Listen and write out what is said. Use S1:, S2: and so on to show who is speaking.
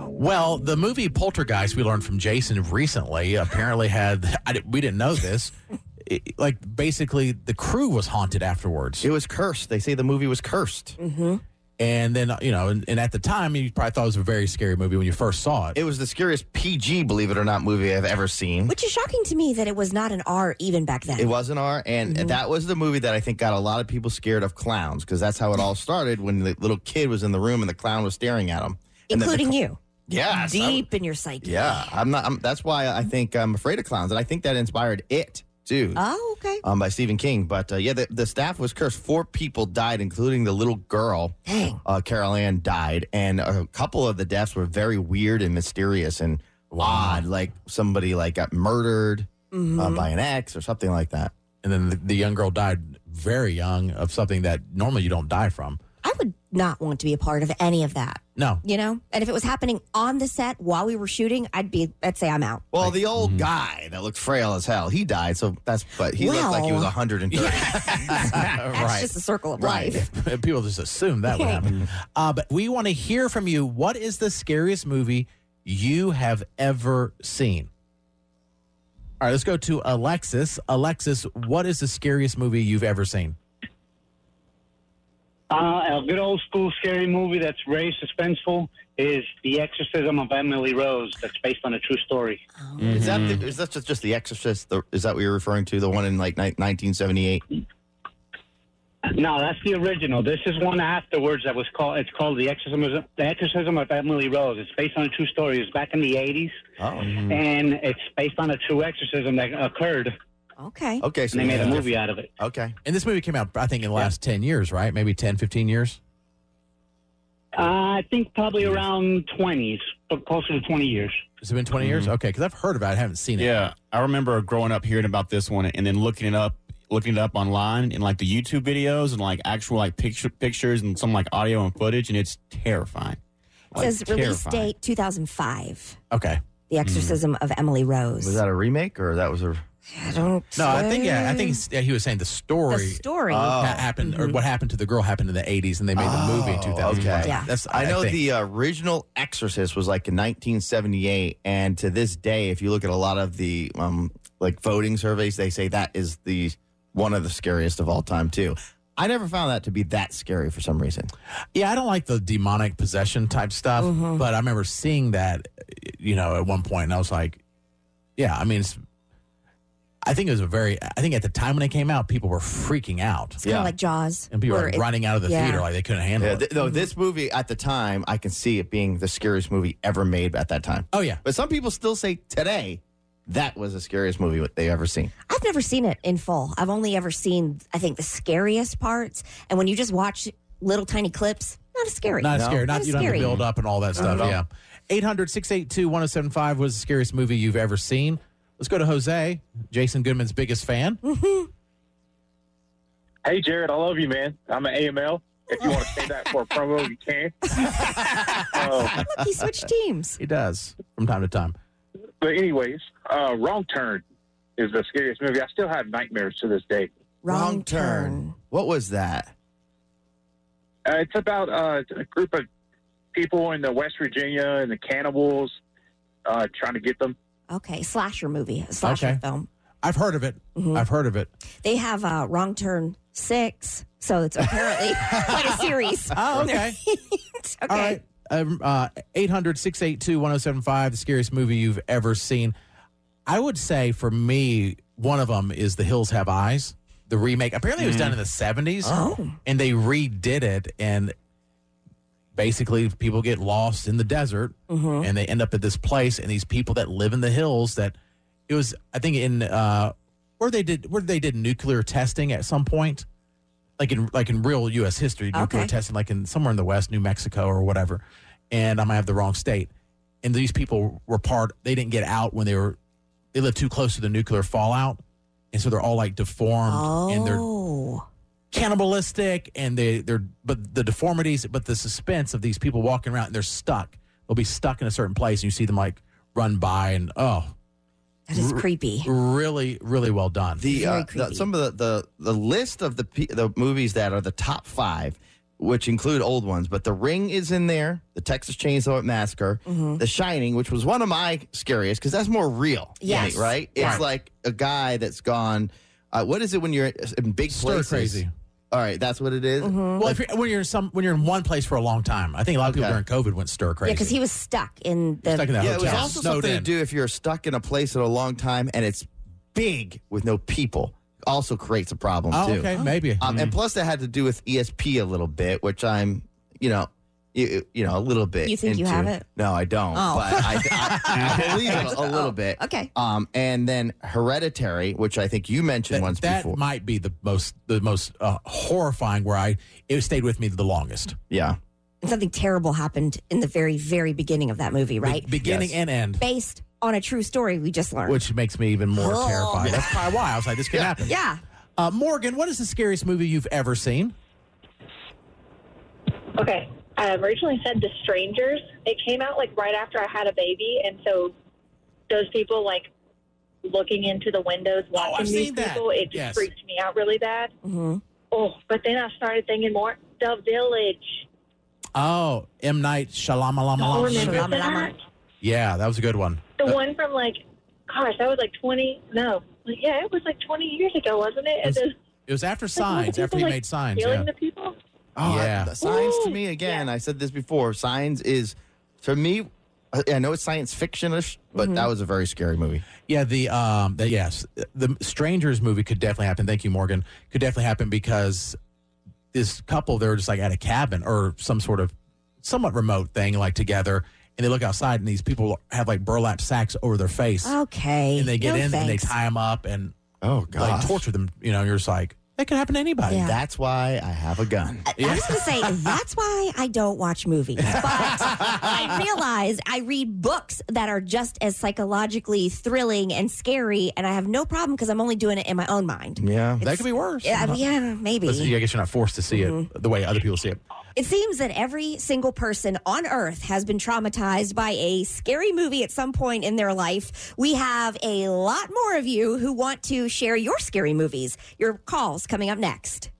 S1: Well, the movie Poltergeist we learned from Jason recently apparently had I, di- we didn't know this. It- like basically, the crew was haunted afterwards,
S2: It was cursed. They say the movie was cursed.
S1: and then you know, and, and at the time you probably thought it was a very scary movie when you first saw it.
S2: It was the scariest PG, believe it or not, movie I've ever seen.
S3: Which is shocking to me that it was not an R even back then.
S2: It was an R, and that was the movie that I think got a lot of people scared of clowns because that's how it all started when the little kid was in the room and the clown was staring at him. And then the
S3: including you.
S2: Yes, I w-
S3: Deep in your psyche.
S2: Yeah, I'm not. I'm, that's why I think I'm afraid of clowns, and I think that inspired it too,
S3: Oh, okay.
S2: um, by Stephen King. But uh, yeah, the, the staff was cursed. Four people died, including the little girl.
S3: Dang.
S1: Um,
S2: Uh, Carol Ann died, and a couple of the deaths were very weird and mysterious and
S4: Mm.
S2: odd. Like somebody like got murdered uh,
S3: Mm-hmm.
S4: Mm-hmm.
S2: by an ex or something like that.
S1: And then the, the young girl died very young of something that normally you don't die from.
S3: I would not want to be a part of any of that,
S1: No,
S3: you know? And if it was happening on the set while we were shooting, I'd be, I'd say I'm out.
S2: Well, the
S4: mm-hmm.
S2: old guy that looked frail as hell, he died. So that's, but he looked like he was
S3: Well.
S2: 130.
S3: That's just the circle of life.
S1: People just assume that would happen. Uh, but we want to hear from you. What is the scariest movie you have ever seen? All right, let's go to Alexis. Alexis, what is the scariest movie you've ever seen?
S4: Uh, a good old school scary movie that's very suspenseful is The Exorcism of Emily Rose. That's based on a true story.
S2: Is that
S4: Mm-hmm.
S2: the, is that just, just The Exorcist? The, is that what you're referring to? The one in like ni- 1978?
S4: No, that's the original. This is one afterwards that was called. It's called The Exorcism. The Exorcism of Emily Rose. It's based on a true story. It was back in the '80s,
S2: Oh,
S4: and it's based on a true exorcism that occurred,
S3: Okay.
S2: okay.
S4: and
S2: So
S4: they made a
S2: yeah.
S4: movie out of it.
S2: Okay,
S1: And this movie came out, I think, in the last 10 years, right? Maybe 10, 15 years?
S4: Uh, I think probably around 20s, but closer to 20 years.
S1: Has it been 20 years? Okay, because I've heard about it. I haven't seen it.
S5: Yeah, I remember growing up hearing about this one and then looking it up, looking it up online and like the YouTube videos and like actual like picture pictures and some like audio and footage, and it's terrifying.
S1: Oh,
S3: It says release
S5: terrifying.
S3: date 2005.
S1: Okay.
S3: The Exorcism of Emily Rose.
S2: was that a remake or that was a?
S3: I don't
S1: No, I think, yeah, I think it's- yeah, he was saying the story. Uh,
S3: the story.
S1: that happened, or what happened to the girl happened in the 80s, and they made the movie in
S2: Oh,
S1: 2000.
S2: okay.
S3: Yeah.
S1: That's,
S2: I know
S1: think.
S2: the original Exorcist was like in 1978, and to this day, if you look at a lot of the um, like voting surveys, they say that is the one of the scariest of all time too. I never found that to be that scary for some reason.
S1: Yeah, I don't like the demonic possession type stuff,
S3: Mm-hmm.
S1: but I remember seeing that, you know, at one point, and I was like, yeah, I mean, it's, I think it was a very, I think at the time when it came out, people were freaking out.
S3: it's kind of
S2: yeah.
S3: like Jaws.
S1: And people
S3: where
S1: were
S3: it-
S1: running out of the
S3: yeah.
S1: theater like they couldn't handle
S2: Yeah,
S1: it.
S2: th- no,
S3: Mm-hmm.
S2: this movie at the time, I can see it being the scariest movie ever made at that time.
S1: oh, yeah.
S2: But some people still say today that was the scariest movie they ever seen.
S3: I've never seen it in full. I've only ever seen, I think, the scariest parts. And when you just watch little tiny clips, not as scary.
S1: Not
S2: No. Uh-huh.
S1: scary. Not,
S3: Not
S1: you don't have to
S3: scary.
S1: build up and all that stuff.
S2: all.
S1: Yeah. 800 682 1075 was the scariest movie you've ever seen. Let's go to Jose, Jason Goodman's biggest fan.
S3: Mm.
S6: Hey, Jared, I love you, man. I'm an AML. If you want to say that for a promo, you can. Um,
S3: Look, he switched teams.
S1: He does from time to time.
S6: but anyways, uh, Wrong Turn is the scariest movie. I still have nightmares to this day.
S3: Wrong, turn.
S2: What was that?
S6: Uh, it's about uh, a group of people in the West Virginia and the cannibals uh, trying to get them.
S3: Okay, slasher movie, a slasher
S1: Okay.
S3: film.
S1: I've heard of it.
S3: Mm-hmm.
S1: I've heard of it.
S3: They have uh, Wrong Turn Six, so it's apparently quite a series.
S1: Oh, okay.
S3: It's okay.
S1: All right. Um, uh, 800 682 1075, the scariest movie you've ever seen. I would say for me, one of them is The Hills Have Eyes, the remake. Apparently, it was done in the 70s,
S3: Mm. Oh.
S1: and they redid it. And basically, people get lost in the desert
S3: mm-hmm.
S1: and they end up at this place. And these people that live in the hills that it was, I think, in uh, where they did where they did nuclear testing at some point like in like in real U.S. history, nuclear
S3: Okay.
S1: testing, like in somewhere in the West, New Mexico or whatever, and I might have the wrong state. And these people were part; they didn't get out when they were they lived too close to the nuclear fallout, and so they're all like deformed Um, and they're
S3: Oh,
S1: cannibalistic and they they're but the deformities, but the suspense of these people walking around and they're stuck. They'll be stuck in a certain place, and you see them like run by, and oh,
S3: that is creepy.
S1: really, really well done.
S2: The,
S3: Very
S2: uh, the
S3: creepy.
S2: some of the, the the list of the pe- the movies that are the top five which include old ones, but The Ring is in there, The Texas Chainsaw Massacre,
S3: Mm-hmm.
S2: The Shining, which was one of my scariest because that's more real. to me,
S3: Yes.
S2: right? It's
S1: Right.
S2: like a guy that's gone. Uh, what is it when you're in big
S1: Stir
S2: places?
S1: crazy.
S2: All right, that's what it is?
S3: Mm-hmm.
S1: Well, if you're, when you're in some when you're in one place for a long time, I think a lot of people
S2: Okay.
S1: during COVID went stir crazy.
S3: Yeah, because he was stuck in the.
S1: stuck in that
S2: Yeah, it was
S1: hotel,
S2: also
S1: snowed
S2: something to
S1: in.
S2: do if you're stuck in a place at a long time and it's big with no people. Also creates a problem
S1: Oh,
S2: too.
S1: okay, maybe.
S2: Um, And plus, that had to do with ESP a little bit, which I'm, you know, you, you know, a little bit.
S3: You think you
S2: into.
S3: have it?
S2: No, I don't.
S3: Oh.
S2: But I, I, I believe it a little bit.
S3: okay.
S2: Um, and then Hereditary, which I think you mentioned
S1: that,
S2: once
S1: that
S2: before.
S1: might be the most the most uh, horrifying where I it stayed with me the longest.
S2: yeah.
S3: And something terrible happened in the very, very beginning of that movie, right?
S1: Be- beginning
S2: Yes.
S1: and end,
S3: Based on a true story we just learned.
S1: which makes me even more
S3: Oh.
S1: terrified. That's probably why I was like, this could happen.
S3: yeah.
S1: Uh, Morgan, what is the scariest movie you've ever seen?
S7: Okay. I originally said The Strangers. It came out like right after I had a baby, and so those people like looking into the windows watching
S1: Oh, I've
S7: these
S1: seen that.
S7: people, it just
S1: Yes.
S7: freaked me out really bad.
S1: Mm-hmm.
S3: hmm
S7: Oh, but then I started thinking more The Village.
S1: Oh, M Night
S7: Oh,
S1: Shyamalan.
S7: remember
S3: Shalama
S7: that?
S3: Lama.
S1: Yeah, that was a good one.
S7: The one from like, gosh, that was like twenty. No, like, yeah, it was like twenty years ago, wasn't it? And
S1: It's-
S7: then
S1: It was after
S7: like, all the
S1: Signs, after
S7: people,
S1: he
S7: like,
S1: made Signs.
S7: killing
S1: Yeah.
S7: the people.
S2: Oh, I-
S1: Yeah.
S2: the science to
S7: Ooh,
S2: me again. I said this before. Science is for me. I- I know it's science fictionish, but
S3: Mm-hmm.
S2: that was a very scary movie.
S1: Yeah, the um, the, yes, the strangers movie could definitely happen. Thank you, Morgan. Could definitely happen because this couple they were just like at a cabin or some sort of somewhat remote thing like together, and they look outside and these people have like burlap sacks over their face,
S3: Okay.
S1: and they get
S3: Oh,
S1: in
S3: No
S1: and they
S3: thanks.
S1: tie them up and
S2: Oh
S1: like torture them. You know, you're just like that could happen to anybody.
S3: Yeah.
S2: That's why I have a gun.
S3: I- I was going to say, that's why I don't watch movies. But I realized I read books that are just as psychologically thrilling and scary, and I have no problem because I'm only doing it in my own mind.
S2: Yeah.
S1: That could be worse.
S3: Yeah, I mean, yeah,
S1: Listen,
S3: maybe.
S1: I guess you're not forced to see it the way other people see it.
S3: It seems that every single person on earth has been traumatized by a scary movie at some point in their life. We have a lot more of you who want to share your scary movies. Your calls coming up next.